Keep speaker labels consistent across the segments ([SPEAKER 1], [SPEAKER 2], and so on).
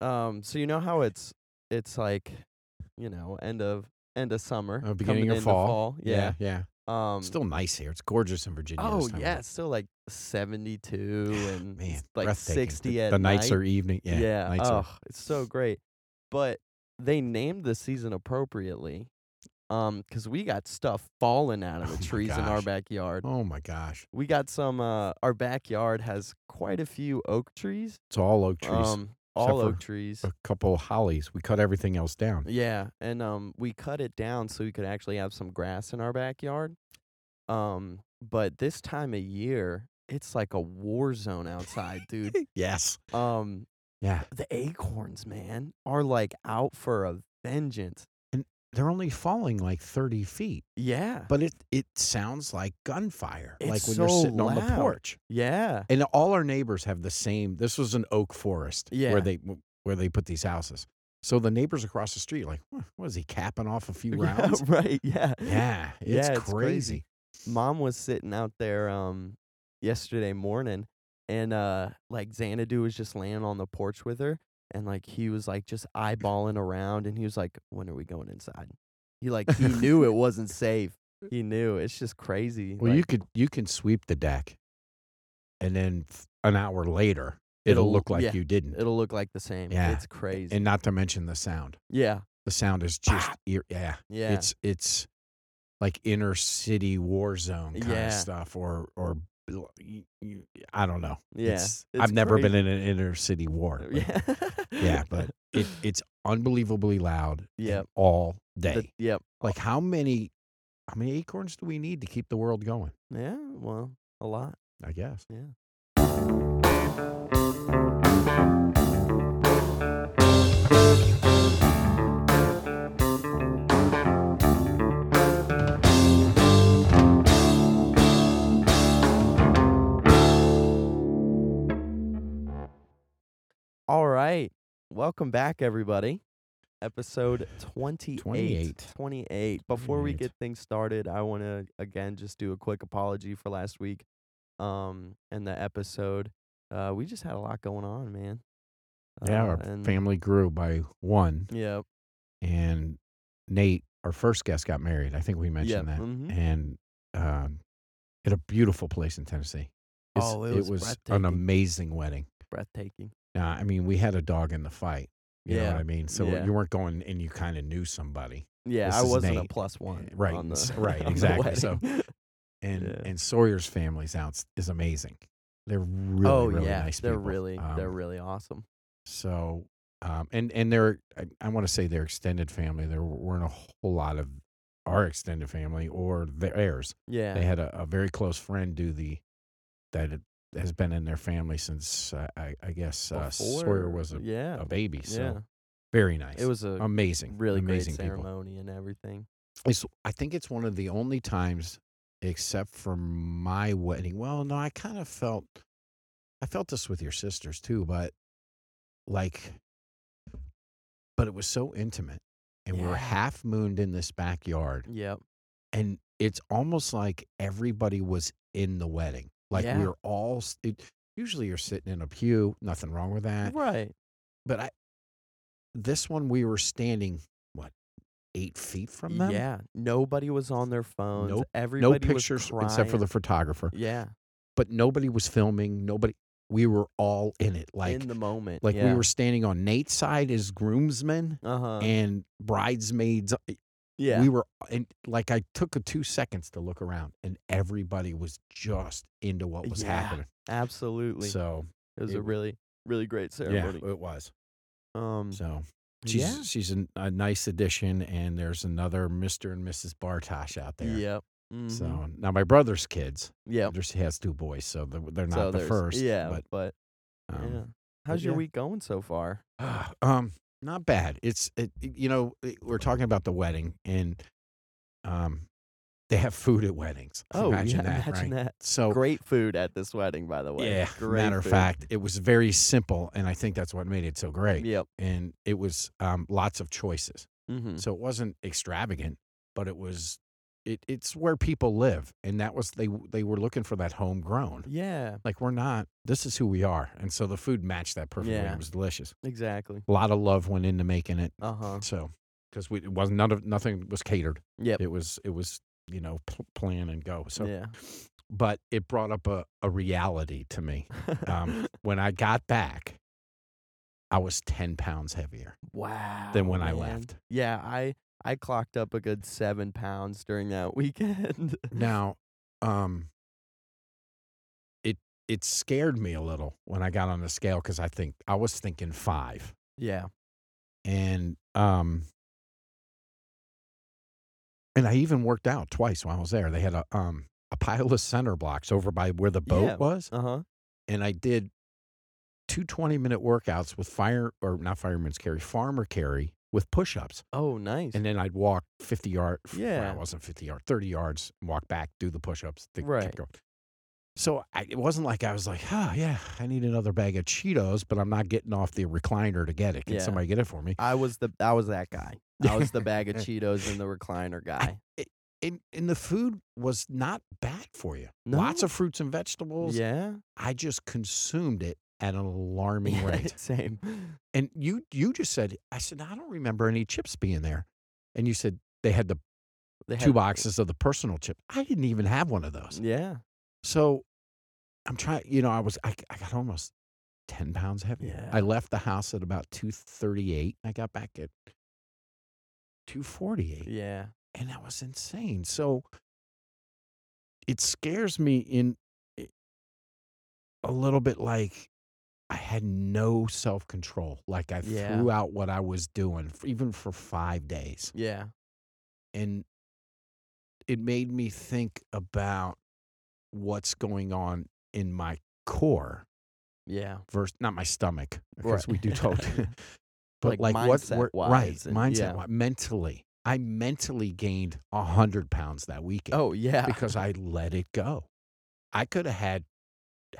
[SPEAKER 1] Um, so you know how it's it's like, you know, end of end of summer,
[SPEAKER 2] Uh, beginning
[SPEAKER 1] coming
[SPEAKER 2] of
[SPEAKER 1] into
[SPEAKER 2] fall.
[SPEAKER 1] Yeah.
[SPEAKER 2] yeah.
[SPEAKER 1] Um.
[SPEAKER 2] It's still nice here. It's gorgeous in Virginia.
[SPEAKER 1] Oh
[SPEAKER 2] this time of
[SPEAKER 1] yeah,
[SPEAKER 2] year.
[SPEAKER 1] it's still like seventy two and
[SPEAKER 2] man,
[SPEAKER 1] s- like
[SPEAKER 2] breathtaking. The-
[SPEAKER 1] sixty
[SPEAKER 2] the,
[SPEAKER 1] at
[SPEAKER 2] nights
[SPEAKER 1] night.
[SPEAKER 2] are evening. Yeah, nights
[SPEAKER 1] oh,
[SPEAKER 2] are-
[SPEAKER 1] it's so great. But they named the season appropriately, um, because we got stuff falling out of
[SPEAKER 2] Oh
[SPEAKER 1] the
[SPEAKER 2] my
[SPEAKER 1] trees in our
[SPEAKER 2] gosh.
[SPEAKER 1] backyard.
[SPEAKER 2] oh my gosh,
[SPEAKER 1] We got some. Uh, our backyard has quite a few oak trees.
[SPEAKER 2] it's all oak trees.
[SPEAKER 1] Um, all
[SPEAKER 2] for
[SPEAKER 1] oak trees.
[SPEAKER 2] a couple hollies. We cut everything else down.
[SPEAKER 1] Yeah, and um, we cut it down so we could actually have some grass in our backyard. Um, but this time of year, it's like a war zone outside, dude.
[SPEAKER 2] yes.
[SPEAKER 1] Um,
[SPEAKER 2] Yeah.
[SPEAKER 1] the acorns, man, are like out for a vengeance.
[SPEAKER 2] They're only falling like thirty feet,
[SPEAKER 1] Yeah,
[SPEAKER 2] but it it sounds like gunfire. like
[SPEAKER 1] It's
[SPEAKER 2] when you're
[SPEAKER 1] so
[SPEAKER 2] sitting on the
[SPEAKER 1] loud.
[SPEAKER 2] porch.
[SPEAKER 1] yeah,
[SPEAKER 2] And all our neighbors have the same. This was an oak forest
[SPEAKER 1] Yeah.
[SPEAKER 2] where they where they put these houses. So the neighbors across the street, are like, "Huh, what is he capping off a few
[SPEAKER 1] Yeah,
[SPEAKER 2] rounds?
[SPEAKER 1] right, yeah.
[SPEAKER 2] Yeah, it's
[SPEAKER 1] Yeah, it's crazy.
[SPEAKER 2] crazy.
[SPEAKER 1] Mom was sitting out there um yesterday morning, and uh, like Xanadu was just laying on the porch with her, and like he was like just eyeballing around, and he was like, "When are we going inside?" He like he knew it wasn't safe. He knew it's just crazy.
[SPEAKER 2] Well,
[SPEAKER 1] like,
[SPEAKER 2] you could you can sweep the deck, and then f- an hour later it'll,
[SPEAKER 1] It'll-
[SPEAKER 2] look like
[SPEAKER 1] yeah,
[SPEAKER 2] you didn't.
[SPEAKER 1] it'll look like the same.
[SPEAKER 2] Yeah,
[SPEAKER 1] it's crazy.
[SPEAKER 2] and not to mention the sound.
[SPEAKER 1] yeah,
[SPEAKER 2] The sound is just ear- yeah,
[SPEAKER 1] yeah.
[SPEAKER 2] It's it's like inner city war zone kind
[SPEAKER 1] Yeah.
[SPEAKER 2] of stuff, or or bl- y- y- I don't know.
[SPEAKER 1] Yeah,
[SPEAKER 2] It's-
[SPEAKER 1] it's
[SPEAKER 2] I've never
[SPEAKER 1] crazy. Uh,
[SPEAKER 2] been in an inner city war. but
[SPEAKER 1] yeah,
[SPEAKER 2] yeah, but it, it's unbelievably loud. and
[SPEAKER 1] Yep.
[SPEAKER 2] all day.
[SPEAKER 1] The- yep.
[SPEAKER 2] like how many how many acorns do we need to keep the world going?
[SPEAKER 1] Yeah. Well, a lot.
[SPEAKER 2] I guess.
[SPEAKER 1] Yeah. All right. Welcome back, everybody. Episode 28.
[SPEAKER 2] 28.
[SPEAKER 1] 28. Before we
[SPEAKER 2] 28.
[SPEAKER 1] get things started, I want to again just do a quick apology for last week um, and the episode. Uh, we just had a lot going on, man.
[SPEAKER 2] Yeah,
[SPEAKER 1] Uh,
[SPEAKER 2] our
[SPEAKER 1] and-
[SPEAKER 2] family grew by one,
[SPEAKER 1] Yeah.
[SPEAKER 2] and Nate, our first guest, got married. I think we
[SPEAKER 1] yeah.
[SPEAKER 2] mentioned that,
[SPEAKER 1] mhm.
[SPEAKER 2] and um, at a beautiful place in Tennessee.
[SPEAKER 1] Oh, it was
[SPEAKER 2] an
[SPEAKER 1] breathtaking.
[SPEAKER 2] amazing wedding.
[SPEAKER 1] Breathtaking.
[SPEAKER 2] Now, I mean, we had a dog in the fight. You know
[SPEAKER 1] Yeah,
[SPEAKER 2] what I mean? So
[SPEAKER 1] yeah.
[SPEAKER 2] you weren't going, and you kind of knew somebody,
[SPEAKER 1] Yeah,
[SPEAKER 2] This
[SPEAKER 1] I
[SPEAKER 2] is
[SPEAKER 1] wasn't a
[SPEAKER 2] Nate. Eh,
[SPEAKER 1] plus one.
[SPEAKER 2] right,
[SPEAKER 1] on
[SPEAKER 2] and
[SPEAKER 1] the-
[SPEAKER 2] s- right,
[SPEAKER 1] on the
[SPEAKER 2] exactly. So-
[SPEAKER 1] wedding.
[SPEAKER 2] and
[SPEAKER 1] Yeah.
[SPEAKER 2] and Sawyer's family's out is amazing. They're really,
[SPEAKER 1] oh
[SPEAKER 2] really
[SPEAKER 1] yeah,
[SPEAKER 2] nice
[SPEAKER 1] they're
[SPEAKER 2] people.
[SPEAKER 1] really they're
[SPEAKER 2] Um,
[SPEAKER 1] really awesome.
[SPEAKER 2] So, um, and and their I, I want to say their extended family. There weren't a whole lot of our extended family or their heirs.
[SPEAKER 1] Yeah,
[SPEAKER 2] They had a, a very close friend do the that had- has been in their family since uh, I, I guess uh, Sawyer
[SPEAKER 1] Before-
[SPEAKER 2] was a,
[SPEAKER 1] yeah
[SPEAKER 2] a baby. So
[SPEAKER 1] yeah.
[SPEAKER 2] very nice.
[SPEAKER 1] It was a
[SPEAKER 2] amazing,
[SPEAKER 1] really
[SPEAKER 2] amazing
[SPEAKER 1] great
[SPEAKER 2] people.
[SPEAKER 1] ceremony and everything.
[SPEAKER 2] It's, I think it's one of the only times, except for my wedding. Well, no, I kind of felt, I felt this with your sisters too, but like, but it was so intimate, and we
[SPEAKER 1] Yeah.
[SPEAKER 2] we're half mooned in this backyard,
[SPEAKER 1] Yep.
[SPEAKER 2] and it's almost like everybody was in the wedding. Like
[SPEAKER 1] Yeah.
[SPEAKER 2] we were all. s- It, usually, you're sitting in a pew. Nothing wrong with that
[SPEAKER 1] Right.
[SPEAKER 2] but I this one we were standing what eight feet from them.
[SPEAKER 1] Yeah. Nobody was on their phones.
[SPEAKER 2] Nope.
[SPEAKER 1] Everybody
[SPEAKER 2] no pictures
[SPEAKER 1] was
[SPEAKER 2] except for the
[SPEAKER 1] crying.
[SPEAKER 2] photographer.
[SPEAKER 1] Yeah.
[SPEAKER 2] But nobody was filming. Nobody. We were all in it. Like
[SPEAKER 1] in the moment.
[SPEAKER 2] like
[SPEAKER 1] yeah.
[SPEAKER 2] we were standing on Nate's side as groomsmen
[SPEAKER 1] Uh huh.
[SPEAKER 2] and bridesmaids. eh,
[SPEAKER 1] Yeah.
[SPEAKER 2] We were and like I took a two seconds to look around, and everybody was just into what was
[SPEAKER 1] Yeah,
[SPEAKER 2] happening.
[SPEAKER 1] absolutely.
[SPEAKER 2] So
[SPEAKER 1] it was
[SPEAKER 2] it-
[SPEAKER 1] a really, really great
[SPEAKER 2] yeah,
[SPEAKER 1] ceremony.
[SPEAKER 2] it was.
[SPEAKER 1] Um.
[SPEAKER 2] So She's,
[SPEAKER 1] yeah.
[SPEAKER 2] she's an, a nice addition, and there's another Mr. and Mrs. Bartosh out there.
[SPEAKER 1] Yep. mhm,
[SPEAKER 2] So now my brother's kids,
[SPEAKER 1] Yep.
[SPEAKER 2] there's- he has two boys, so they're, they're not
[SPEAKER 1] so
[SPEAKER 2] the
[SPEAKER 1] there's-
[SPEAKER 2] first.
[SPEAKER 1] Yeah.
[SPEAKER 2] But, um,
[SPEAKER 1] yeah. How's your
[SPEAKER 2] yeah.
[SPEAKER 1] week going so far?
[SPEAKER 2] um, not bad. It's, it, it- you know, it- we're talking about the wedding, and um, they have food at weddings.
[SPEAKER 1] Oh,
[SPEAKER 2] imagine
[SPEAKER 1] yeah,
[SPEAKER 2] that.
[SPEAKER 1] imagine
[SPEAKER 2] right?
[SPEAKER 1] that.
[SPEAKER 2] So,
[SPEAKER 1] Great food at this wedding, by the way.
[SPEAKER 2] yeah,
[SPEAKER 1] Great
[SPEAKER 2] matter of
[SPEAKER 1] food.
[SPEAKER 2] fact, it was very simple, and I think that's what made it so great.
[SPEAKER 1] Yep.
[SPEAKER 2] And it was um, lots of choices.
[SPEAKER 1] Mm-hmm.
[SPEAKER 2] So it wasn't extravagant, but it was it, it's where people live, and that was they they were looking for that homegrown.
[SPEAKER 1] Yeah,
[SPEAKER 2] Like we're not. This is who we are, and so the food matched that perfectly. and
[SPEAKER 1] Yeah.
[SPEAKER 2] It was delicious.
[SPEAKER 1] exactly.
[SPEAKER 2] A lot of love went into making it.
[SPEAKER 1] Uh huh.
[SPEAKER 2] So because we it wasn't none of nothing was catered.
[SPEAKER 1] Yep.
[SPEAKER 2] It was it was you know pl- plan and go. So,
[SPEAKER 1] yeah.
[SPEAKER 2] but it brought up a, a reality to me. Um, when I got back, I was ten pounds heavier
[SPEAKER 1] wow.
[SPEAKER 2] than when I
[SPEAKER 1] Oh, man.
[SPEAKER 2] left.
[SPEAKER 1] Yeah, I I clocked up a good seven pounds during that weekend.
[SPEAKER 2] Now, um, it it scared me a little when I got on the scale because I think I was thinking five,
[SPEAKER 1] yeah.
[SPEAKER 2] and um, and I even worked out twice while I was there. They had a um a pile of center blocks over by where the boat
[SPEAKER 1] Yeah.
[SPEAKER 2] was,
[SPEAKER 1] Uh huh.
[SPEAKER 2] and I did two 20 minute workouts with fire or not fireman's carry, farmer carry with push ups.
[SPEAKER 1] Oh, nice.
[SPEAKER 2] And then I'd walk 50 yards. Yeah.
[SPEAKER 1] Yeah.
[SPEAKER 2] Well, it wasn't 50 yards, 30 yards, and walk back, do the push ups.
[SPEAKER 1] Right.
[SPEAKER 2] So I, it wasn't like I was like, oh, yeah, I need another bag of Cheetos, but I'm not getting off the recliner to get it. Can
[SPEAKER 1] Yeah.
[SPEAKER 2] somebody get it for me?
[SPEAKER 1] I was the I was that guy. I was the bag of Cheetos and the recliner guy.
[SPEAKER 2] And, and the food was not bad for you. Lots
[SPEAKER 1] No.
[SPEAKER 2] of fruits and vegetables.
[SPEAKER 1] Yeah.
[SPEAKER 2] I just consumed it at an alarming
[SPEAKER 1] Yeah,
[SPEAKER 2] rate.
[SPEAKER 1] Same.
[SPEAKER 2] And you you just said, I said, I don't remember any chips being there. And you said they had the
[SPEAKER 1] They
[SPEAKER 2] two
[SPEAKER 1] had-
[SPEAKER 2] boxes of the personal chip. I didn't even have one of those.
[SPEAKER 1] Yeah.
[SPEAKER 2] So I'm trying, you know, I was, I, I got almost 10 pounds heavier. I
[SPEAKER 1] Yeah.
[SPEAKER 2] left the house at about 238. I got back at 248.
[SPEAKER 1] Yeah.
[SPEAKER 2] And that was insane. So it scares me in i- a little bit like I had no self control. Like I
[SPEAKER 1] Yeah.
[SPEAKER 2] threw out what I was doing, f- even for five days
[SPEAKER 1] Yeah.
[SPEAKER 2] and it made me think about what's going on in my core
[SPEAKER 1] Yeah.
[SPEAKER 2] versus not my stomach because
[SPEAKER 1] Right.
[SPEAKER 2] we do talk but like,
[SPEAKER 1] Like
[SPEAKER 2] what's what we're- right
[SPEAKER 1] mindset-wise and-
[SPEAKER 2] mindset
[SPEAKER 1] yeah.
[SPEAKER 2] wi- mentally i mentally gained a 100 pounds that weekend
[SPEAKER 1] Oh yeah.
[SPEAKER 2] because i let it go i could have had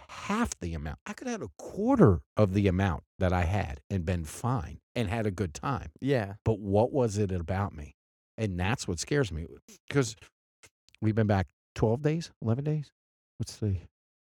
[SPEAKER 2] half the amount i could have had a quarter of the amount that i had and been fine and had a good time
[SPEAKER 1] yeah.
[SPEAKER 2] but what was it about me? And that's what scares me because we've been back 12 days, 11 days. What's the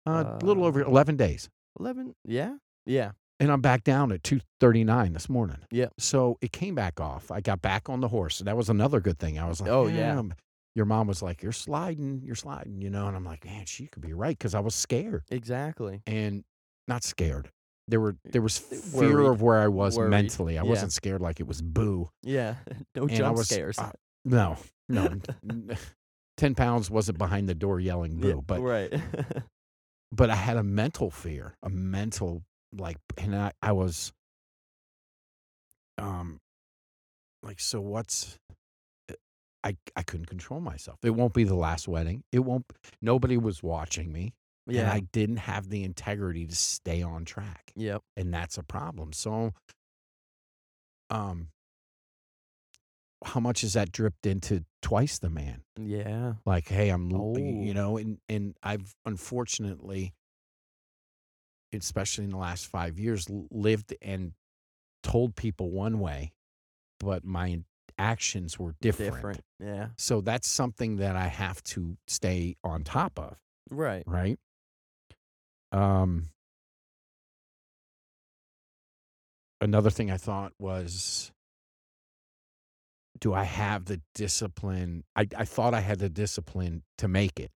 [SPEAKER 2] uh, a little over
[SPEAKER 1] Uh,
[SPEAKER 2] 11 days.
[SPEAKER 1] Eleven. Yeah. Yeah.
[SPEAKER 2] And I'm back down at 239 this morning.
[SPEAKER 1] Yep.
[SPEAKER 2] So it came back off. I got back on the horse. And that was another good thing. I was like,
[SPEAKER 1] Oh, yeah.
[SPEAKER 2] "Damn." Your mom was like, you're sliding, you're sliding, you know? And I'm like, man, she could be right because I was scared
[SPEAKER 1] Exactly.
[SPEAKER 2] and not scared. There were there was fear
[SPEAKER 1] Eh, Worried.
[SPEAKER 2] of where I was
[SPEAKER 1] Worried.
[SPEAKER 2] mentally. I
[SPEAKER 1] Yeah.
[SPEAKER 2] wasn't scared like it was boo.
[SPEAKER 1] Yeah. No
[SPEAKER 2] And I
[SPEAKER 1] jump
[SPEAKER 2] was-
[SPEAKER 1] scares.
[SPEAKER 2] uh, No, no. n- n- Ten pounds wasn't behind the door yelling boo,
[SPEAKER 1] Yeah,
[SPEAKER 2] but
[SPEAKER 1] right.
[SPEAKER 2] but I had a mental fear, a mental like, and I I was, um, like so what's, eh, I I couldn't control myself. It won't be the last wedding. It won't. Nobody was watching me, and
[SPEAKER 1] yeah.
[SPEAKER 2] I didn't have the integrity to stay on track
[SPEAKER 1] yep.
[SPEAKER 2] and that's a problem. So, um, how much is that dripped into twice the man?
[SPEAKER 1] Yeah.
[SPEAKER 2] Like, hey, I'm, l- you
[SPEAKER 1] Oh.
[SPEAKER 2] know, and and I've unfortunately, especially in the last five years, l- lived and told people one way, but my actions were different.
[SPEAKER 1] Different. Yeah.
[SPEAKER 2] So that's something that I have to stay on top of
[SPEAKER 1] Right.
[SPEAKER 2] right? Um, another thing I thought was, do I have the discipline? I, I thought I had the discipline to make it,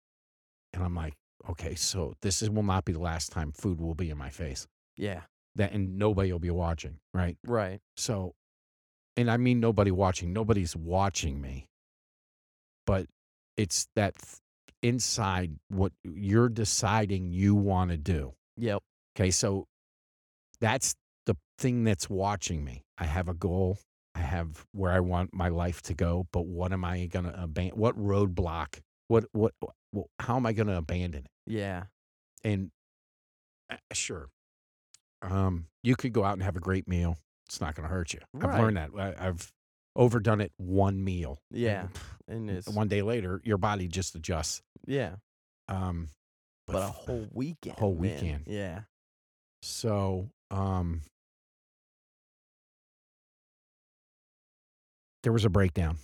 [SPEAKER 2] and I'm like, okay, so this is, will not be the last time food will be in my face.
[SPEAKER 1] Yeah.
[SPEAKER 2] That and nobody will be watching, right?
[SPEAKER 1] Right.
[SPEAKER 2] So, and I mean nobody watching. Nobody's watching me, but it's that th- inside what you're deciding you want to do.
[SPEAKER 1] Yep.
[SPEAKER 2] Okay, so that's the thing that's watching me. I have a goal. I have where I want my life to go, but what am I going to abandon? What roadblock? What what? what how am I going to abandon it?
[SPEAKER 1] Yeah.
[SPEAKER 2] and uh, sure, um, you could go out and have a great meal. It's not going to hurt you. I've
[SPEAKER 1] Right.
[SPEAKER 2] learned that. I, I've overdone it one meal. and
[SPEAKER 1] Yeah.
[SPEAKER 2] pff,
[SPEAKER 1] And it's
[SPEAKER 2] One day later, your body just adjusts.
[SPEAKER 1] yeah.
[SPEAKER 2] Um,
[SPEAKER 1] But, a
[SPEAKER 2] f-
[SPEAKER 1] whole weekend.
[SPEAKER 2] whole
[SPEAKER 1] man.
[SPEAKER 2] weekend.
[SPEAKER 1] Yeah.
[SPEAKER 2] so um, there was a breakdown,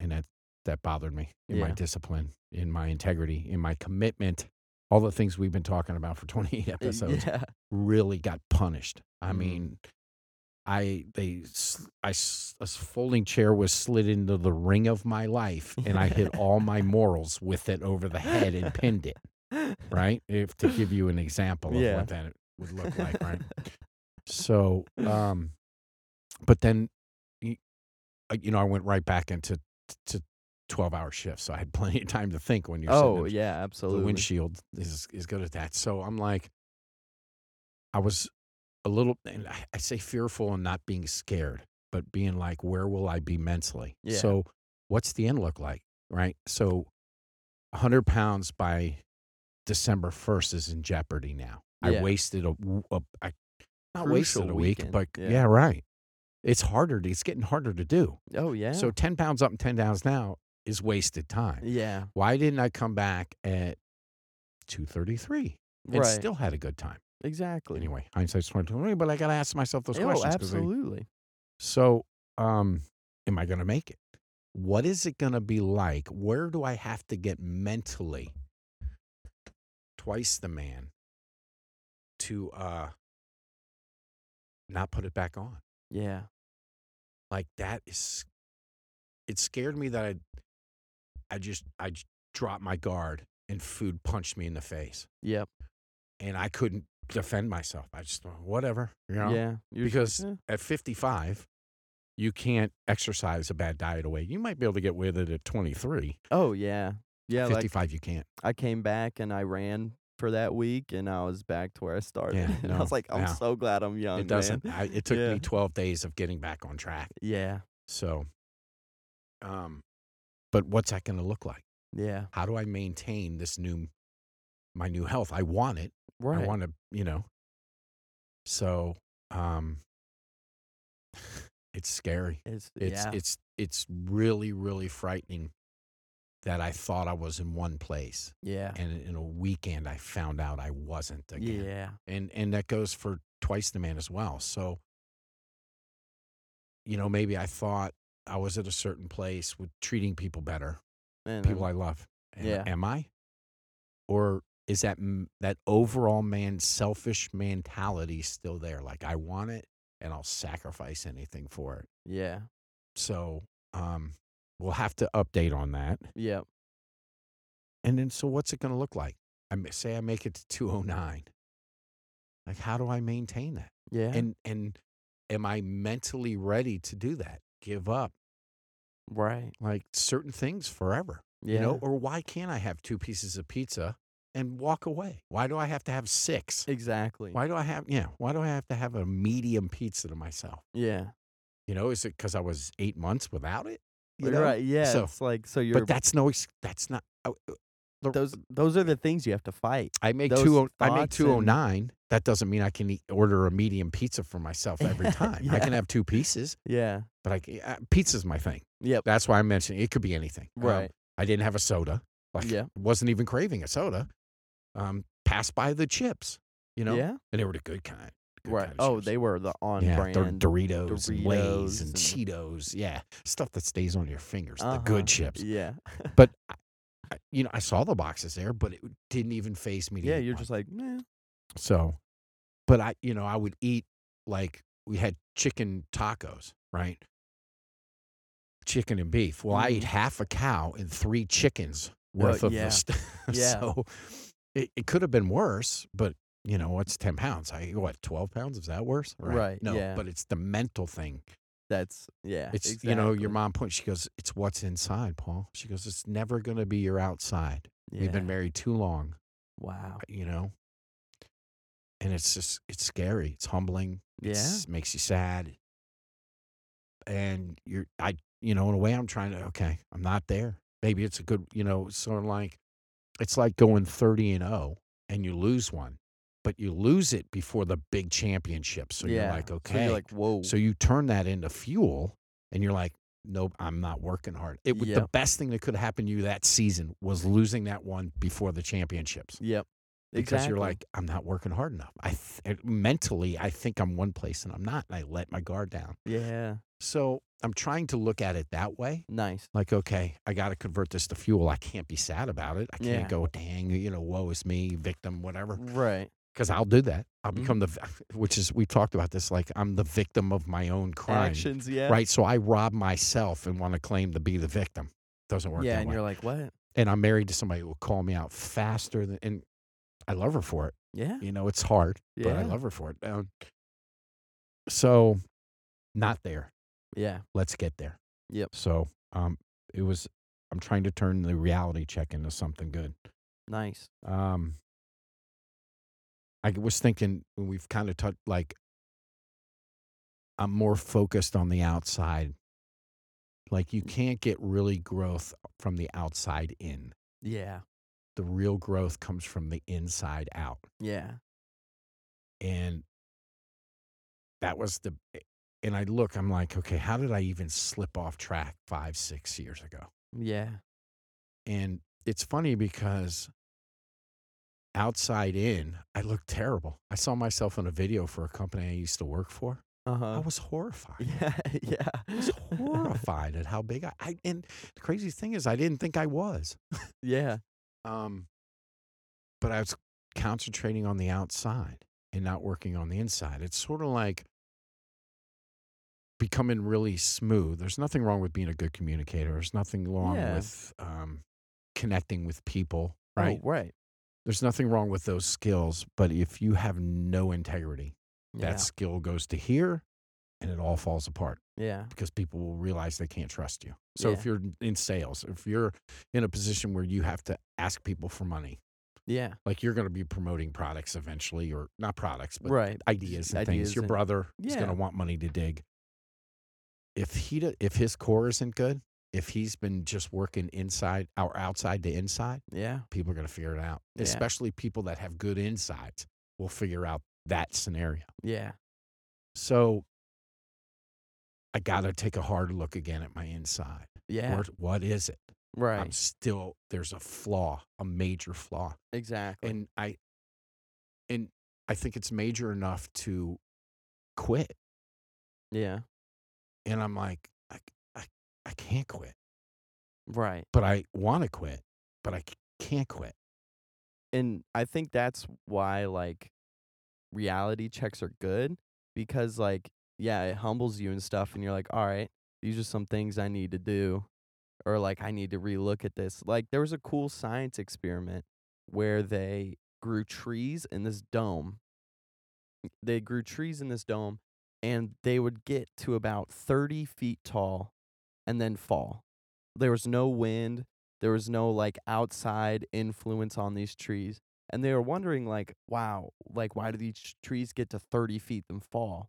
[SPEAKER 2] and that that bothered me in my
[SPEAKER 1] Yeah.
[SPEAKER 2] discipline, in my integrity, in my commitment. All the things we've been talking about for 28
[SPEAKER 1] Uh,
[SPEAKER 2] episodes
[SPEAKER 1] Yeah.
[SPEAKER 2] really got punished. I
[SPEAKER 1] Mhm.
[SPEAKER 2] mean, I they s- I s- a s- folding chair was slid into the ring of my life, and I hit all my morals with it over the head and pinned it. Right, if to give you an example of
[SPEAKER 1] Yeah.
[SPEAKER 2] what that would look like, right? So, um, but then, y- uh, you know, I went right back into t- to twelve hour shifts, so I had plenty of time to think when you're sitting
[SPEAKER 1] oh
[SPEAKER 2] in
[SPEAKER 1] yeah, absolutely.
[SPEAKER 2] the windshield is is good at that. So I'm like, I was a little, and I- I say fearful and not being scared, but being like, where will I be mentally?
[SPEAKER 1] Yeah.
[SPEAKER 2] So what's the end look like? Right. So 100 pounds by December 1st is in jeopardy now. I
[SPEAKER 1] Yeah.
[SPEAKER 2] wasted a, w- a- I not wasted
[SPEAKER 1] Crucial
[SPEAKER 2] a week,
[SPEAKER 1] weekend,
[SPEAKER 2] but
[SPEAKER 1] yeah.
[SPEAKER 2] yeah, right. It's harder. To, it's getting harder to do.
[SPEAKER 1] Oh yeah.
[SPEAKER 2] So 10 pounds up and 10 downs now is wasted time
[SPEAKER 1] yeah.
[SPEAKER 2] why didn't I come back at 2:33 and
[SPEAKER 1] Right.
[SPEAKER 2] still had a good time?
[SPEAKER 1] exactly.
[SPEAKER 2] Anyway, hindsight's 2020, but I got to ask myself those
[SPEAKER 1] Oh,
[SPEAKER 2] questions. 'cause I-
[SPEAKER 1] absolutely.
[SPEAKER 2] so, um, am I going to make it? What is it going to be like? Where do I have to get mentally? Twice the man to uh not put it back on.
[SPEAKER 1] Yeah.
[SPEAKER 2] Like that is it scared me that I I just I j- dropped my guard and food punched me in the face.
[SPEAKER 1] Yep.
[SPEAKER 2] and I couldn't defend myself. I just went, whatever, you know.
[SPEAKER 1] Yeah. You're just-
[SPEAKER 2] Because at 55, you can't exercise a bad diet away. You might be able to get away with it at 23.
[SPEAKER 1] yeah. Oh yeah. Yeah. Like
[SPEAKER 2] 55, you can't.
[SPEAKER 1] I came back and I ran for that week and I was back to where I started.
[SPEAKER 2] Yeah,
[SPEAKER 1] and
[SPEAKER 2] no,
[SPEAKER 1] I was like, I'm
[SPEAKER 2] no.
[SPEAKER 1] so glad I'm young.
[SPEAKER 2] it doesn't.
[SPEAKER 1] Oh, man.
[SPEAKER 2] I, it took
[SPEAKER 1] Yeah.
[SPEAKER 2] me 12 days of getting back on track.
[SPEAKER 1] Yeah.
[SPEAKER 2] So, um, but what's that going to look like?
[SPEAKER 1] Yeah.
[SPEAKER 2] How do I maintain this new, my new health? I want it.
[SPEAKER 1] Right.
[SPEAKER 2] I want to, you know. So, um, it's scary.
[SPEAKER 1] it's,
[SPEAKER 2] It's
[SPEAKER 1] yeah.
[SPEAKER 2] it's it's really really frightening that I thought I was in one place,
[SPEAKER 1] yeah.
[SPEAKER 2] and in a weekend I found out I wasn't again.
[SPEAKER 1] Yeah.
[SPEAKER 2] And and that goes for twice the man as well. So, you know, maybe I thought I was at a certain place with treating people better,
[SPEAKER 1] And
[SPEAKER 2] people
[SPEAKER 1] I'm-
[SPEAKER 2] I love. Am,
[SPEAKER 1] Yeah.
[SPEAKER 2] am I? Or is that m- that overall man selfish mentality still there? Like I want it, and I'll sacrifice anything for it.
[SPEAKER 1] yeah.
[SPEAKER 2] So um, we'll have to update on that.
[SPEAKER 1] Yeah.
[SPEAKER 2] And then, so what's it going to look like? I ma- say I make it to 209. Like, how do I maintain that?
[SPEAKER 1] Yeah.
[SPEAKER 2] And and am I mentally ready to do that? Give up
[SPEAKER 1] right.
[SPEAKER 2] like certain things forever,
[SPEAKER 1] Yeah.
[SPEAKER 2] you know? Or why can't I have two pieces of pizza and walk away? Why do I have to have six?
[SPEAKER 1] exactly.
[SPEAKER 2] Why do I have yeah? Why do I have to have a medium pizza to myself?
[SPEAKER 1] Yeah.
[SPEAKER 2] You know, is it because I was eight months without it? You know?
[SPEAKER 1] right. Yeah.
[SPEAKER 2] So-
[SPEAKER 1] it's like so you're
[SPEAKER 2] but that's no. ex- That's not. I-
[SPEAKER 1] those those are the things you have to fight.
[SPEAKER 2] I make
[SPEAKER 1] those
[SPEAKER 2] two. oh- I make
[SPEAKER 1] thoughts and-
[SPEAKER 2] two oh nine. That doesn't mean I can eat, order a medium pizza for myself every time. I can
[SPEAKER 1] Yeah.
[SPEAKER 2] have two pieces,
[SPEAKER 1] Yeah.
[SPEAKER 2] but I c- uh, pizza's my thing.
[SPEAKER 1] Yep.
[SPEAKER 2] That's why I mentioned it could be anything. Um,
[SPEAKER 1] Right.
[SPEAKER 2] I didn't have a soda. Like,
[SPEAKER 1] Yeah.
[SPEAKER 2] Wasn't even craving a soda. Um, passed by the chips. You know.
[SPEAKER 1] yeah.
[SPEAKER 2] And they were the good kind. good
[SPEAKER 1] Right.
[SPEAKER 2] kind of
[SPEAKER 1] Oh,
[SPEAKER 2] chips.
[SPEAKER 1] they were the on
[SPEAKER 2] yeah, they're
[SPEAKER 1] brand.
[SPEAKER 2] Doritos, and
[SPEAKER 1] Doritos
[SPEAKER 2] Lay's and
[SPEAKER 1] and-
[SPEAKER 2] Cheetos. Yeah, stuff that stays on your fingers. The
[SPEAKER 1] Uh-huh.
[SPEAKER 2] good chips.
[SPEAKER 1] Yeah.
[SPEAKER 2] But I, I, you know, I saw the boxes there, but it didn't even phase me. To
[SPEAKER 1] Yeah.
[SPEAKER 2] eat
[SPEAKER 1] You're
[SPEAKER 2] one.
[SPEAKER 1] just like, meh.
[SPEAKER 2] So, but I, you know, I would eat like we had chicken tacos, right? Chicken and beef. Well, I eat
[SPEAKER 1] Mhm.
[SPEAKER 2] half a cow and three chickens worth of
[SPEAKER 1] yeah.
[SPEAKER 2] the stuff.
[SPEAKER 1] Yeah.
[SPEAKER 2] So it, it could have been worse, but you know, what's 10 pounds? I, what, 12 pounds? Is that worse?
[SPEAKER 1] Right,
[SPEAKER 2] No,
[SPEAKER 1] yeah.
[SPEAKER 2] but it's the mental thing.
[SPEAKER 1] That's yeah.
[SPEAKER 2] It's, you know, your
[SPEAKER 1] exactly.
[SPEAKER 2] mom points, she goes, it's what's inside, Paul. She goes, it's never going to be your outside. We've been
[SPEAKER 1] Yeah.
[SPEAKER 2] married too long
[SPEAKER 1] Wow.
[SPEAKER 2] you know and it's just it's scary it's humbling
[SPEAKER 1] Yeah.
[SPEAKER 2] it makes you sad and you're i you know in a way i'm trying to okay i'm not there maybe it's a good you know sort of like it's like going 30 and 0 and you lose one but you lose it before the big championship so
[SPEAKER 1] yeah.
[SPEAKER 2] you're like
[SPEAKER 1] So
[SPEAKER 2] okay
[SPEAKER 1] you're like, whoa.
[SPEAKER 2] so you turn that into fuel and you're like, nope, I'm not working hard. It was the
[SPEAKER 1] Yep.
[SPEAKER 2] best thing that could happen to you that season was losing that one before the championships.
[SPEAKER 1] Yep.
[SPEAKER 2] because
[SPEAKER 1] exactly.
[SPEAKER 2] you're like i'm not working hard enough i th- eh, mentally i think i'm one place and i'm not and i let my guard down
[SPEAKER 1] yeah,
[SPEAKER 2] so i'm trying to look at it that way
[SPEAKER 1] nice.
[SPEAKER 2] like okay i got to convert this to fuel i can't be sad about it i can't
[SPEAKER 1] Yeah.
[SPEAKER 2] go dang you know woe is me victim whatever
[SPEAKER 1] Right.
[SPEAKER 2] because i'll do that i'll
[SPEAKER 1] Mhm.
[SPEAKER 2] become the vi- which is we talked about this like i'm the victim of my own crime
[SPEAKER 1] Actions, yeah.
[SPEAKER 2] right so i rob myself and want to claim to be the victim doesn't work
[SPEAKER 1] Yeah,
[SPEAKER 2] that
[SPEAKER 1] and
[SPEAKER 2] way
[SPEAKER 1] you're like, what?
[SPEAKER 2] and i'm married to somebody who will call me out faster than and i love her for it
[SPEAKER 1] Yeah.
[SPEAKER 2] you know, it's hard, but I
[SPEAKER 1] Yeah.
[SPEAKER 2] love her for it. Um, so, not there.
[SPEAKER 1] Yeah.
[SPEAKER 2] Let's get there.
[SPEAKER 1] Yep.
[SPEAKER 2] So, um, it was. I'm trying to turn the reality check into something good.
[SPEAKER 1] Nice.
[SPEAKER 2] Um, I was thinking when we've kind of touched, like, I'm more focused on the outside. Like,
[SPEAKER 1] Mm.
[SPEAKER 2] you can't get really growth from the outside in.
[SPEAKER 1] Yeah.
[SPEAKER 2] The real growth comes from the inside out.
[SPEAKER 1] Yeah.
[SPEAKER 2] and that was the eh, and i look i'm like okay how did i even slip off track five six years ago
[SPEAKER 1] Yeah.
[SPEAKER 2] and it's funny because outside in i looked terrible i saw myself in a video for a company i used to work for
[SPEAKER 1] Uh
[SPEAKER 2] i
[SPEAKER 1] huh.
[SPEAKER 2] was horrified
[SPEAKER 1] Yeah. Yeah.
[SPEAKER 2] i was horrified at how big I, I and the crazy thing is i didn't think i was
[SPEAKER 1] yeah. Oh,
[SPEAKER 2] um but i was concentrating on the outside and not working on the inside it's sort of like becoming really smooth. There's nothing wrong with being a good communicator. There's nothing wrong
[SPEAKER 1] Yeah.
[SPEAKER 2] with um, connecting with people,
[SPEAKER 1] Oh,
[SPEAKER 2] right?
[SPEAKER 1] right.
[SPEAKER 2] There's nothing wrong with those skills. But if you have no integrity,
[SPEAKER 1] Yeah.
[SPEAKER 2] that skill goes to here and it all falls apart
[SPEAKER 1] yeah.
[SPEAKER 2] because people will realize they can't trust you. So
[SPEAKER 1] Yeah.
[SPEAKER 2] if you're in sales, if you're in a position where you have to ask people for money,
[SPEAKER 1] Yeah.
[SPEAKER 2] like you're going to be promoting products eventually, or not products, but
[SPEAKER 1] right.
[SPEAKER 2] ideas and things.
[SPEAKER 1] Ideas
[SPEAKER 2] Your
[SPEAKER 1] and-
[SPEAKER 2] brother is going
[SPEAKER 1] Yeah.
[SPEAKER 2] to want money to dig. If he do- if his core isn't good, if he's been just working inside or outside to inside,
[SPEAKER 1] Yeah.
[SPEAKER 2] people are going to figure it out.
[SPEAKER 1] Yeah.
[SPEAKER 2] Especially people that have good insides will figure out that scenario.
[SPEAKER 1] Yeah.
[SPEAKER 2] So I got to take a hard look again at my inside.
[SPEAKER 1] Yeah.
[SPEAKER 2] What, what is it?
[SPEAKER 1] right.
[SPEAKER 2] I'm still there's a flaw, a major flaw
[SPEAKER 1] exactly.
[SPEAKER 2] and I and I think it's major enough to quit.
[SPEAKER 1] yeah.
[SPEAKER 2] And I'm like, I I, I can't quit,
[SPEAKER 1] Right.
[SPEAKER 2] but I want to quit, but I c- can't quit.
[SPEAKER 1] and I think that's why like reality checks are good because like yeah, it humbles you and stuff and you're like, "All right, these are some things I need to do or like I need to relook at this." Like there was a cool science experiment where they grew trees in this dome. They grew trees in this dome and they would get to about 30 feet tall and then fall. There was no wind, there was no like outside influence on these trees and they were wondering like wow like why do these tr- trees get to 30 feet and fall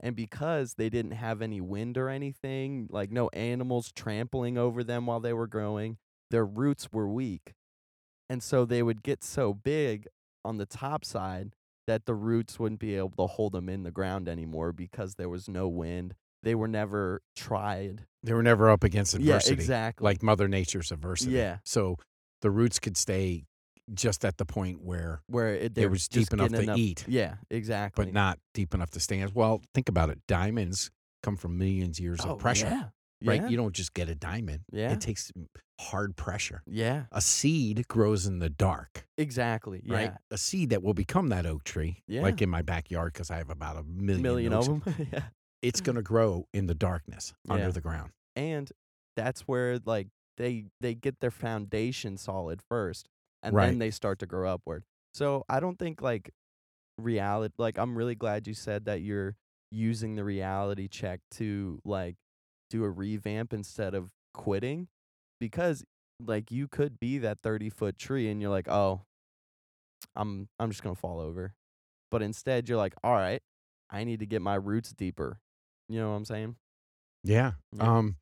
[SPEAKER 1] and because they didn't have any wind or anything like no animals trampling over them while they were growing their roots were weak and so they would get so big on the top side that the roots wouldn't be able to hold them in the ground anymore because there was no wind they were never tried
[SPEAKER 2] They were never up against adversity,
[SPEAKER 1] yeah exactly
[SPEAKER 2] like Mother Nature's adversity.
[SPEAKER 1] Yeah.
[SPEAKER 2] So the roots could stay just at the point where
[SPEAKER 1] where it,
[SPEAKER 2] it
[SPEAKER 1] they're
[SPEAKER 2] was
[SPEAKER 1] just
[SPEAKER 2] deep enough to
[SPEAKER 1] getting
[SPEAKER 2] eat,
[SPEAKER 1] Yeah, exactly.
[SPEAKER 2] but not deep enough to stand. Well, think about it. Diamonds come from millions years
[SPEAKER 1] Oh,
[SPEAKER 2] of pressure,
[SPEAKER 1] Yeah.
[SPEAKER 2] right?
[SPEAKER 1] Yeah.
[SPEAKER 2] You don't just get a diamond.
[SPEAKER 1] yeah.
[SPEAKER 2] It takes hard pressure.
[SPEAKER 1] yeah.
[SPEAKER 2] a seed grows in the dark,
[SPEAKER 1] Exactly. Yeah.
[SPEAKER 2] right? A seed that will become that oak tree, like
[SPEAKER 1] Yeah.
[SPEAKER 2] in my backyard, because I have about a million,
[SPEAKER 1] Million
[SPEAKER 2] oaks.
[SPEAKER 1] of them. yeah.
[SPEAKER 2] It's going to grow in the darkness under
[SPEAKER 1] Yeah.
[SPEAKER 2] the ground.
[SPEAKER 1] And that's where like they they get their foundation solid first and
[SPEAKER 2] Right.
[SPEAKER 1] then they start to grow upward. So I don't think like reality like I'm really glad you said that you're using the reality check to like do a revamp instead of quitting because like you could be that 30 foot tree and you're like, "Oh, I'm I'm just going to fall over." But instead you're like, "All right, I need to get my roots deeper." You know what I'm saying?
[SPEAKER 2] Yeah.
[SPEAKER 1] Yeah.
[SPEAKER 2] Um,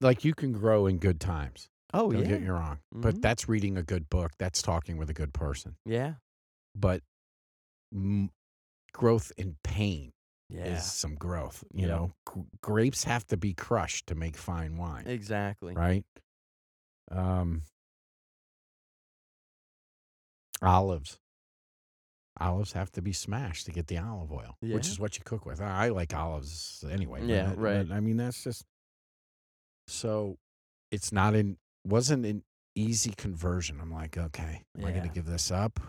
[SPEAKER 2] like you can grow in good times.
[SPEAKER 1] Oh,
[SPEAKER 2] Don't get me wrong,
[SPEAKER 1] Mhm.
[SPEAKER 2] but that's reading a good book. That's talking with a good person.
[SPEAKER 1] Yeah.
[SPEAKER 2] But m- growth in pain
[SPEAKER 1] Yeah.
[SPEAKER 2] is some growth.
[SPEAKER 1] Yep.
[SPEAKER 2] You know, G- grapes have to be crushed to make fine wine.
[SPEAKER 1] Exactly.
[SPEAKER 2] right? Um, Olives. Olives have to be smashed to get the olive oil, which
[SPEAKER 1] Yeah.
[SPEAKER 2] is what you cook with. I I like olives anyway. but
[SPEAKER 1] Yeah,
[SPEAKER 2] I-
[SPEAKER 1] right.
[SPEAKER 2] but I mean, that's just so it's not an wasn't an easy conversion. I'm like, okay, am I going
[SPEAKER 1] Yeah.
[SPEAKER 2] to give this up?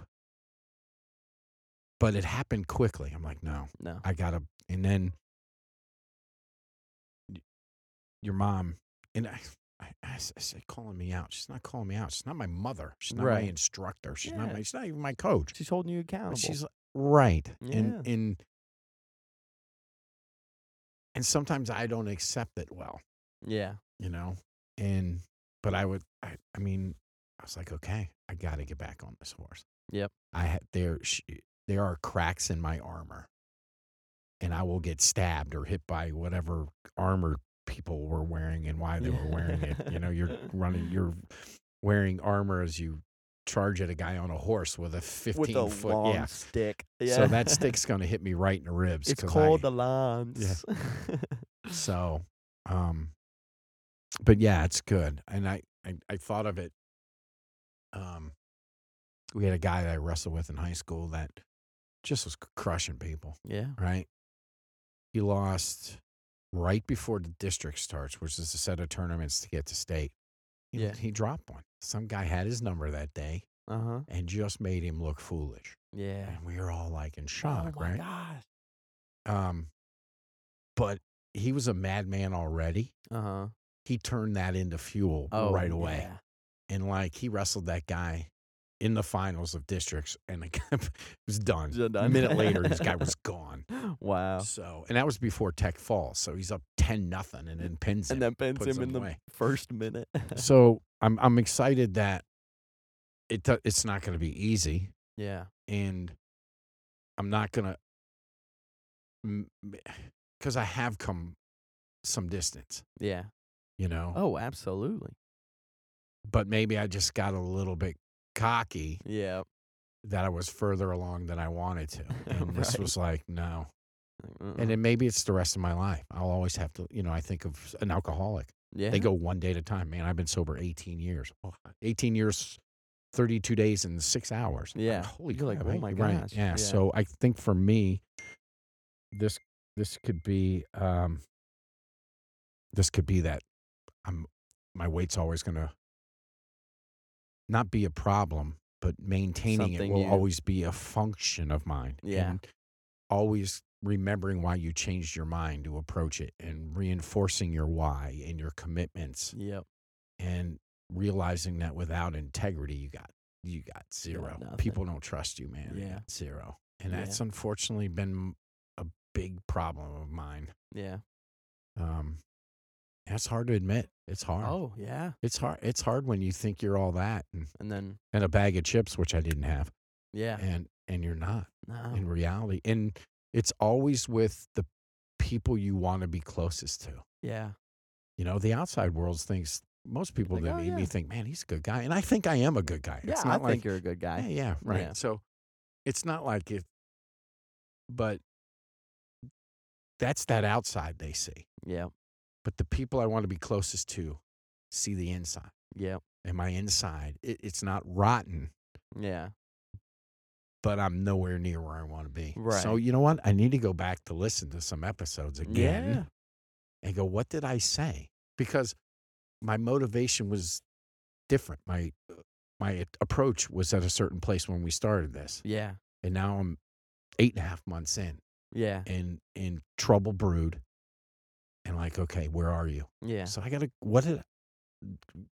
[SPEAKER 2] But it happened quickly. I'm like, no,
[SPEAKER 1] No.
[SPEAKER 2] I gotta, and then y- your mom and I, I, I s- I said calling me out. She's not calling me out. She's not my mother. She's not
[SPEAKER 1] Right.
[SPEAKER 2] my instructor. She's
[SPEAKER 1] Yeah.
[SPEAKER 2] not. My, she's not even my coach.
[SPEAKER 1] She's holding you accountable.
[SPEAKER 2] But she's l- right. And
[SPEAKER 1] Yeah.
[SPEAKER 2] and and sometimes I don't accept it well,
[SPEAKER 1] yeah.
[SPEAKER 2] you know. And but I would. I, I mean, I was like, okay, I got to get back on this horse.
[SPEAKER 1] Yep.
[SPEAKER 2] I ha- there sh- there are cracks in my armor, and I will get stabbed or hit by whatever armor people were wearing and why they were wearing it. You know, you're running, you're wearing armor as you charge at a guy on a horse with a
[SPEAKER 1] With
[SPEAKER 2] fifteen
[SPEAKER 1] a
[SPEAKER 2] foot.
[SPEAKER 1] long
[SPEAKER 2] yeah.
[SPEAKER 1] stick. Yeah.
[SPEAKER 2] So that stick's gonna hit me right in the ribs.
[SPEAKER 1] It's
[SPEAKER 2] 'cause
[SPEAKER 1] called
[SPEAKER 2] I-
[SPEAKER 1] the lambs.
[SPEAKER 2] so, um, but yeah, it's good. And I, I, I thought of it. Um, we had a guy that I wrestled with in high school that just was c- crushing people,
[SPEAKER 1] yeah.
[SPEAKER 2] right? He lost right before the district starts, which is a set of tournaments to get to state. He,
[SPEAKER 1] Yeah.
[SPEAKER 2] he dropped one. Some guy had his number that day
[SPEAKER 1] Uh huh.
[SPEAKER 2] and just made him look foolish.
[SPEAKER 1] Yeah.
[SPEAKER 2] And we were all like in shock,
[SPEAKER 1] oh my
[SPEAKER 2] right?
[SPEAKER 1] gosh.
[SPEAKER 2] Um, but he was a madman already.
[SPEAKER 1] Uh huh.
[SPEAKER 2] He turned that into fuel
[SPEAKER 1] Oh,
[SPEAKER 2] right away.
[SPEAKER 1] yeah.
[SPEAKER 2] And like he wrestled that guy in the finals of districts and like it was done.
[SPEAKER 1] Just
[SPEAKER 2] A
[SPEAKER 1] done.
[SPEAKER 2] minute later, this guy was gone.
[SPEAKER 1] Wow.
[SPEAKER 2] So, and that was before Tech falls. So he's up 10 nothing and then pins
[SPEAKER 1] And
[SPEAKER 2] him.
[SPEAKER 1] then pins
[SPEAKER 2] puts
[SPEAKER 1] him in
[SPEAKER 2] him
[SPEAKER 1] the
[SPEAKER 2] away.
[SPEAKER 1] first minute.
[SPEAKER 2] so I'm, I'm excited that it, do- it's not going to be easy.
[SPEAKER 1] yeah.
[SPEAKER 2] and I'm not gonna, because I have come some distance,
[SPEAKER 1] Yeah.
[SPEAKER 2] you know.
[SPEAKER 1] Oh, absolutely.
[SPEAKER 2] But maybe I just got a little bit cocky
[SPEAKER 1] Yeah.
[SPEAKER 2] that I was further along than I wanted to, and this
[SPEAKER 1] Right.
[SPEAKER 2] was like no.
[SPEAKER 1] Uh-uh.
[SPEAKER 2] And then maybe it's the rest of my life. I'll always have to, you know. I think of an alcoholic.
[SPEAKER 1] yeah.
[SPEAKER 2] They go one day at a time. Man, I've been sober 18 years. Oh, 18 years, 32 days, and six hours. Like,
[SPEAKER 1] Yeah.
[SPEAKER 2] holy
[SPEAKER 1] You're like,
[SPEAKER 2] crap,
[SPEAKER 1] "Oh
[SPEAKER 2] right?
[SPEAKER 1] my
[SPEAKER 2] Right.
[SPEAKER 1] gosh."
[SPEAKER 2] Yeah.
[SPEAKER 1] Yeah.
[SPEAKER 2] So I think for me, this this could be um, this could be that I'm my weight's always gonna not be a problem, but maintaining
[SPEAKER 1] Something
[SPEAKER 2] it will
[SPEAKER 1] you-
[SPEAKER 2] always be a function of mine.
[SPEAKER 1] Yeah.
[SPEAKER 2] And always remembering why you changed your mind to approach it and reinforcing your why and your commitments
[SPEAKER 1] Yep.
[SPEAKER 2] and realizing that without integrity you got you got zero
[SPEAKER 1] nothing.
[SPEAKER 2] people don't trust you man You
[SPEAKER 1] Yeah.
[SPEAKER 2] got zero and
[SPEAKER 1] Yeah.
[SPEAKER 2] that's unfortunately been a big problem of mine
[SPEAKER 1] Yeah.
[SPEAKER 2] um that's hard to admit it's hard
[SPEAKER 1] Oh, yeah.
[SPEAKER 2] it's hard it's hard when you think you're all that and,
[SPEAKER 1] And then
[SPEAKER 2] and a bag of chips which i didn't have
[SPEAKER 1] yeah.
[SPEAKER 2] and and you're not
[SPEAKER 1] No.
[SPEAKER 2] in reality and it's always with the people you want to be closest to
[SPEAKER 1] yeah.
[SPEAKER 2] you know, the outside world thinks most people
[SPEAKER 1] Like,
[SPEAKER 2] that
[SPEAKER 1] "Oh,
[SPEAKER 2] meet
[SPEAKER 1] yeah."
[SPEAKER 2] me think, man, he's a good guy. And I think I am a good guy.
[SPEAKER 1] Yeah.
[SPEAKER 2] it's
[SPEAKER 1] I
[SPEAKER 2] not
[SPEAKER 1] think
[SPEAKER 2] like,
[SPEAKER 1] you're a good guy.
[SPEAKER 2] yeah, yeah, right.
[SPEAKER 1] Yeah.
[SPEAKER 2] So it's not like it, but that's that outside they see.
[SPEAKER 1] Yeah.
[SPEAKER 2] But the people I want to be closest to see the inside.
[SPEAKER 1] Yeah.
[SPEAKER 2] And my inside, it, it's not rotten,
[SPEAKER 1] Yeah.
[SPEAKER 2] but I'm nowhere near where I want to be. So
[SPEAKER 1] Right.
[SPEAKER 2] you know what? I need to go back to listen to some episodes again.
[SPEAKER 1] Yeah.
[SPEAKER 2] and go, what did I say? Because my motivation was different. My uh, my a- approach was at a certain place when we started this,
[SPEAKER 1] Yeah.
[SPEAKER 2] and now I'm eight and a half months in,
[SPEAKER 1] Yeah.
[SPEAKER 2] and in trouble brewed, and like, okay, where are you?
[SPEAKER 1] Yeah.
[SPEAKER 2] So I gotta what did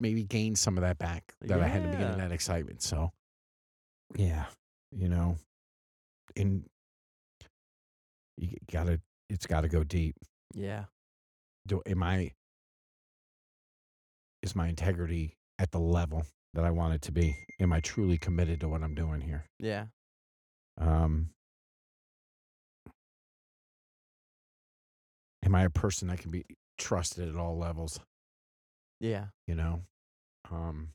[SPEAKER 2] maybe gain some of that back that I had in the beginning,
[SPEAKER 1] Yeah.
[SPEAKER 2] that excitement. So yeah, you know, and you gotta it's gotta go deep
[SPEAKER 1] Yeah.
[SPEAKER 2] do am I is my integrity at the level that I want it to be? Am I truly committed to what I'm doing here?
[SPEAKER 1] Yeah.
[SPEAKER 2] Um Am I a person that can be trusted at all levels,
[SPEAKER 1] Yeah.
[SPEAKER 2] you know? Um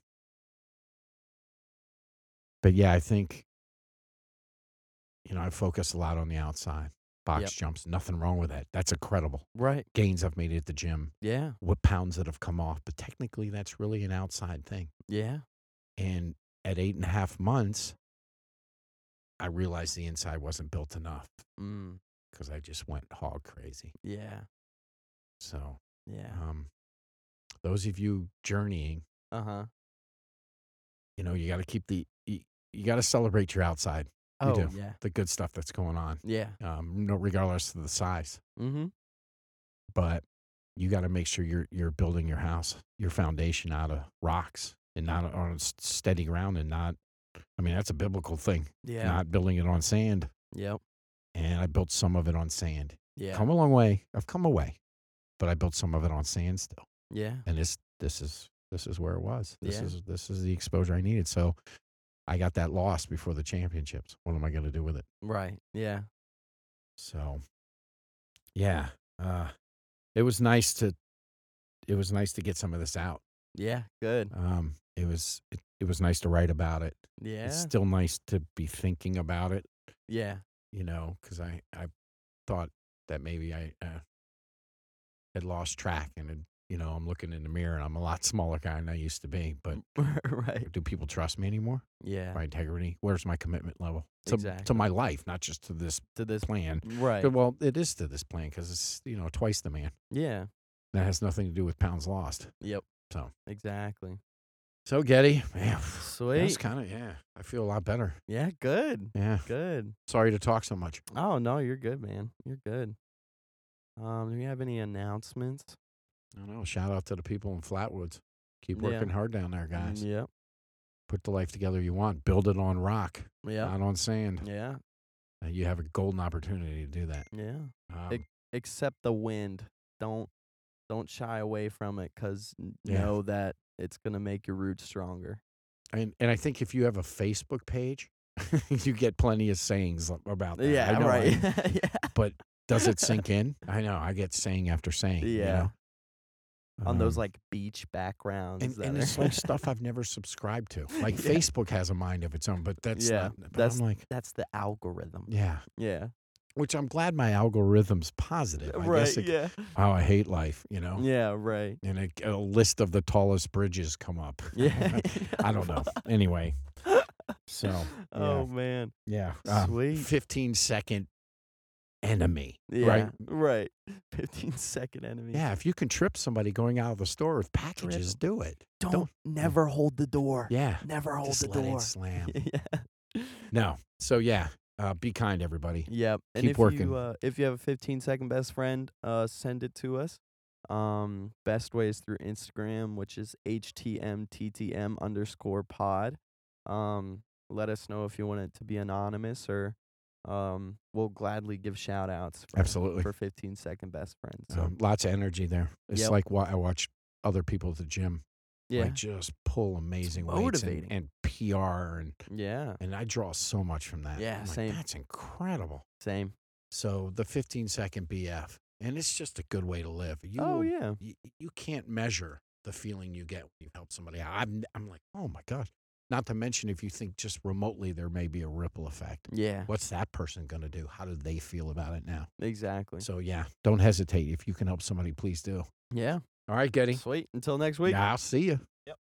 [SPEAKER 2] But yeah, I think you know, I focus a lot on the outside. Box
[SPEAKER 1] Yep.
[SPEAKER 2] jumps, nothing wrong with that. That's incredible.
[SPEAKER 1] Right.
[SPEAKER 2] Gains I've made at the gym.
[SPEAKER 1] Yeah.
[SPEAKER 2] what pounds that have come off, but technically that's really an outside thing.
[SPEAKER 1] Yeah.
[SPEAKER 2] And at eight and a half months, I realized the inside wasn't built enough
[SPEAKER 1] Mm,
[SPEAKER 2] because I just went hog crazy.
[SPEAKER 1] yeah.
[SPEAKER 2] So,
[SPEAKER 1] Yeah.
[SPEAKER 2] um, those of you journeying,
[SPEAKER 1] Uh huh.
[SPEAKER 2] you know, you got to keep the, you, you got to celebrate your outside, You
[SPEAKER 1] Oh
[SPEAKER 2] do.
[SPEAKER 1] yeah.
[SPEAKER 2] the good stuff that's going on,
[SPEAKER 1] Yeah.
[SPEAKER 2] um, no, regardless of the size.
[SPEAKER 1] Mm-hmm.
[SPEAKER 2] But you got to make sure you're you're building your house, your foundation out of rocks and not on s- steady ground and not. I mean, that's a biblical thing,
[SPEAKER 1] Yeah.
[SPEAKER 2] not building it on sand.
[SPEAKER 1] yep.
[SPEAKER 2] And I built some of it on sand.
[SPEAKER 1] Yeah.
[SPEAKER 2] Come a long way. I've come away, but I built some of it on sand still.
[SPEAKER 1] yeah.
[SPEAKER 2] and this this is this is where it was. This
[SPEAKER 1] Yeah.
[SPEAKER 2] is this is the exposure I needed. So I got that lost before the championships. What am I going to do with it?
[SPEAKER 1] Right. Yeah.
[SPEAKER 2] So yeah, uh, it was nice to it was nice to get some of this out.
[SPEAKER 1] Yeah. Good.
[SPEAKER 2] Um, it was it, it was nice to write about it.
[SPEAKER 1] Yeah.
[SPEAKER 2] It's still nice to be thinking about it.
[SPEAKER 1] yeah.
[SPEAKER 2] You know, because I I thought that maybe I uh, had lost track and. Had, you know, I'm looking in the mirror and I'm a lot smaller guy than I used to be, but
[SPEAKER 1] right.
[SPEAKER 2] do people trust me anymore?
[SPEAKER 1] Yeah.
[SPEAKER 2] my integrity? Where's my commitment level to, to
[SPEAKER 1] Exactly.
[SPEAKER 2] my life, not just to this
[SPEAKER 1] To this.
[SPEAKER 2] plan?
[SPEAKER 1] Right.
[SPEAKER 2] But, Well, it is to this plan because it's you know twice the man.
[SPEAKER 1] Yeah.
[SPEAKER 2] That has nothing to do with pounds lost.
[SPEAKER 1] Yep.
[SPEAKER 2] So.
[SPEAKER 1] Exactly.
[SPEAKER 2] So Getty, man, that's
[SPEAKER 1] Sweet.
[SPEAKER 2] kind of yeah. I feel a lot better.
[SPEAKER 1] Yeah. Good.
[SPEAKER 2] Yeah,
[SPEAKER 1] Good.
[SPEAKER 2] sorry to talk so much.
[SPEAKER 1] Oh no, you're good, man. You're good. Um, do we have any announcements?
[SPEAKER 2] I don't know. Shout out to the people in Flatwoods. Keep
[SPEAKER 1] Yeah. Mm,
[SPEAKER 2] working hard down there, guys.
[SPEAKER 1] Yep.
[SPEAKER 2] Put the life together you want. Build it on rock,
[SPEAKER 1] Yep.
[SPEAKER 2] not on sand.
[SPEAKER 1] Yeah.
[SPEAKER 2] Uh, You have a golden opportunity to do that.
[SPEAKER 1] Yeah.
[SPEAKER 2] Um,
[SPEAKER 1] Ex- Except the wind. Don't don't shy away from it, cause n-
[SPEAKER 2] Yeah.
[SPEAKER 1] know that it's gonna make your roots stronger.
[SPEAKER 2] And and I think if you have a Facebook page, you get plenty of sayings ab- about that. I
[SPEAKER 1] yeah.
[SPEAKER 2] know I-
[SPEAKER 1] Right. yeah.
[SPEAKER 2] but does it sink in? I know. I get saying after saying. you
[SPEAKER 1] Yeah.
[SPEAKER 2] know?
[SPEAKER 1] On those
[SPEAKER 2] Um,
[SPEAKER 1] like beach backgrounds.
[SPEAKER 2] and,
[SPEAKER 1] that
[SPEAKER 2] and
[SPEAKER 1] are-
[SPEAKER 2] it's like stuff I've never subscribed to. Like
[SPEAKER 1] Yeah.
[SPEAKER 2] Facebook has a mind of its own, but that's
[SPEAKER 1] Yeah,
[SPEAKER 2] not. But
[SPEAKER 1] that's-
[SPEAKER 2] I'm like,
[SPEAKER 1] That's the algorithm.
[SPEAKER 2] yeah.
[SPEAKER 1] Yeah.
[SPEAKER 2] Which I'm glad my algorithm's positive. I
[SPEAKER 1] Right.
[SPEAKER 2] Guess it,
[SPEAKER 1] yeah.
[SPEAKER 2] Oh, I hate life. You know.
[SPEAKER 1] Yeah. Right.
[SPEAKER 2] And it, a list of the tallest bridges come up.
[SPEAKER 1] Yeah.
[SPEAKER 2] I don't know. Anyway. So
[SPEAKER 1] Oh man.
[SPEAKER 2] yeah. um,
[SPEAKER 1] Sweet.
[SPEAKER 2] 15 second enemy.
[SPEAKER 1] Yeah.
[SPEAKER 2] Right.
[SPEAKER 1] Right. Fifteen second enemy.
[SPEAKER 2] Yeah, if you can trip somebody going out of the store with packages, do it.
[SPEAKER 1] Don't,
[SPEAKER 2] Don't-
[SPEAKER 1] never hold the door.
[SPEAKER 2] Yeah.
[SPEAKER 1] Never hold
[SPEAKER 2] Just
[SPEAKER 1] the
[SPEAKER 2] let it
[SPEAKER 1] door.
[SPEAKER 2] slam.
[SPEAKER 1] yeah.
[SPEAKER 2] no. So yeah, uh, be kind, everybody.
[SPEAKER 1] Yep. And
[SPEAKER 2] Keep
[SPEAKER 1] if
[SPEAKER 2] working.
[SPEAKER 1] you uh, if you have a 15 second best friend, uh, send it to us. Um, best way is through Instagram, which is htmttm underscore pod. Um, let us know if you want it to be anonymous or um, we'll gladly give shout outs for,
[SPEAKER 2] Absolutely.
[SPEAKER 1] for 15 second best friends. So
[SPEAKER 2] Um, lots of energy there. It's
[SPEAKER 1] Yep.
[SPEAKER 2] like why I watch other people at the gym
[SPEAKER 1] yeah,
[SPEAKER 2] like just pull amazing weights and,
[SPEAKER 1] motivating.
[SPEAKER 2] and PR and
[SPEAKER 1] yeah,
[SPEAKER 2] and I draw so much from that.
[SPEAKER 1] Yeah,
[SPEAKER 2] I'm like,
[SPEAKER 1] same.
[SPEAKER 2] That's incredible.
[SPEAKER 1] same.
[SPEAKER 2] So the 15 second BF, and it's just a good way to live. You
[SPEAKER 1] oh
[SPEAKER 2] will
[SPEAKER 1] yeah,
[SPEAKER 2] you, you can't measure the feeling you get when you've helped somebody out. I'm, I'm like, oh my gosh. Not to mention, if you think just remotely, there may be a ripple effect.
[SPEAKER 1] yeah,
[SPEAKER 2] What's that person going to do? How do they feel about it now?
[SPEAKER 1] exactly.
[SPEAKER 2] So, yeah, don't hesitate. If you can help somebody, please do.
[SPEAKER 1] yeah,
[SPEAKER 2] All right, Getty.
[SPEAKER 1] sweet. Until next week.
[SPEAKER 2] I'll see you.
[SPEAKER 1] Yep.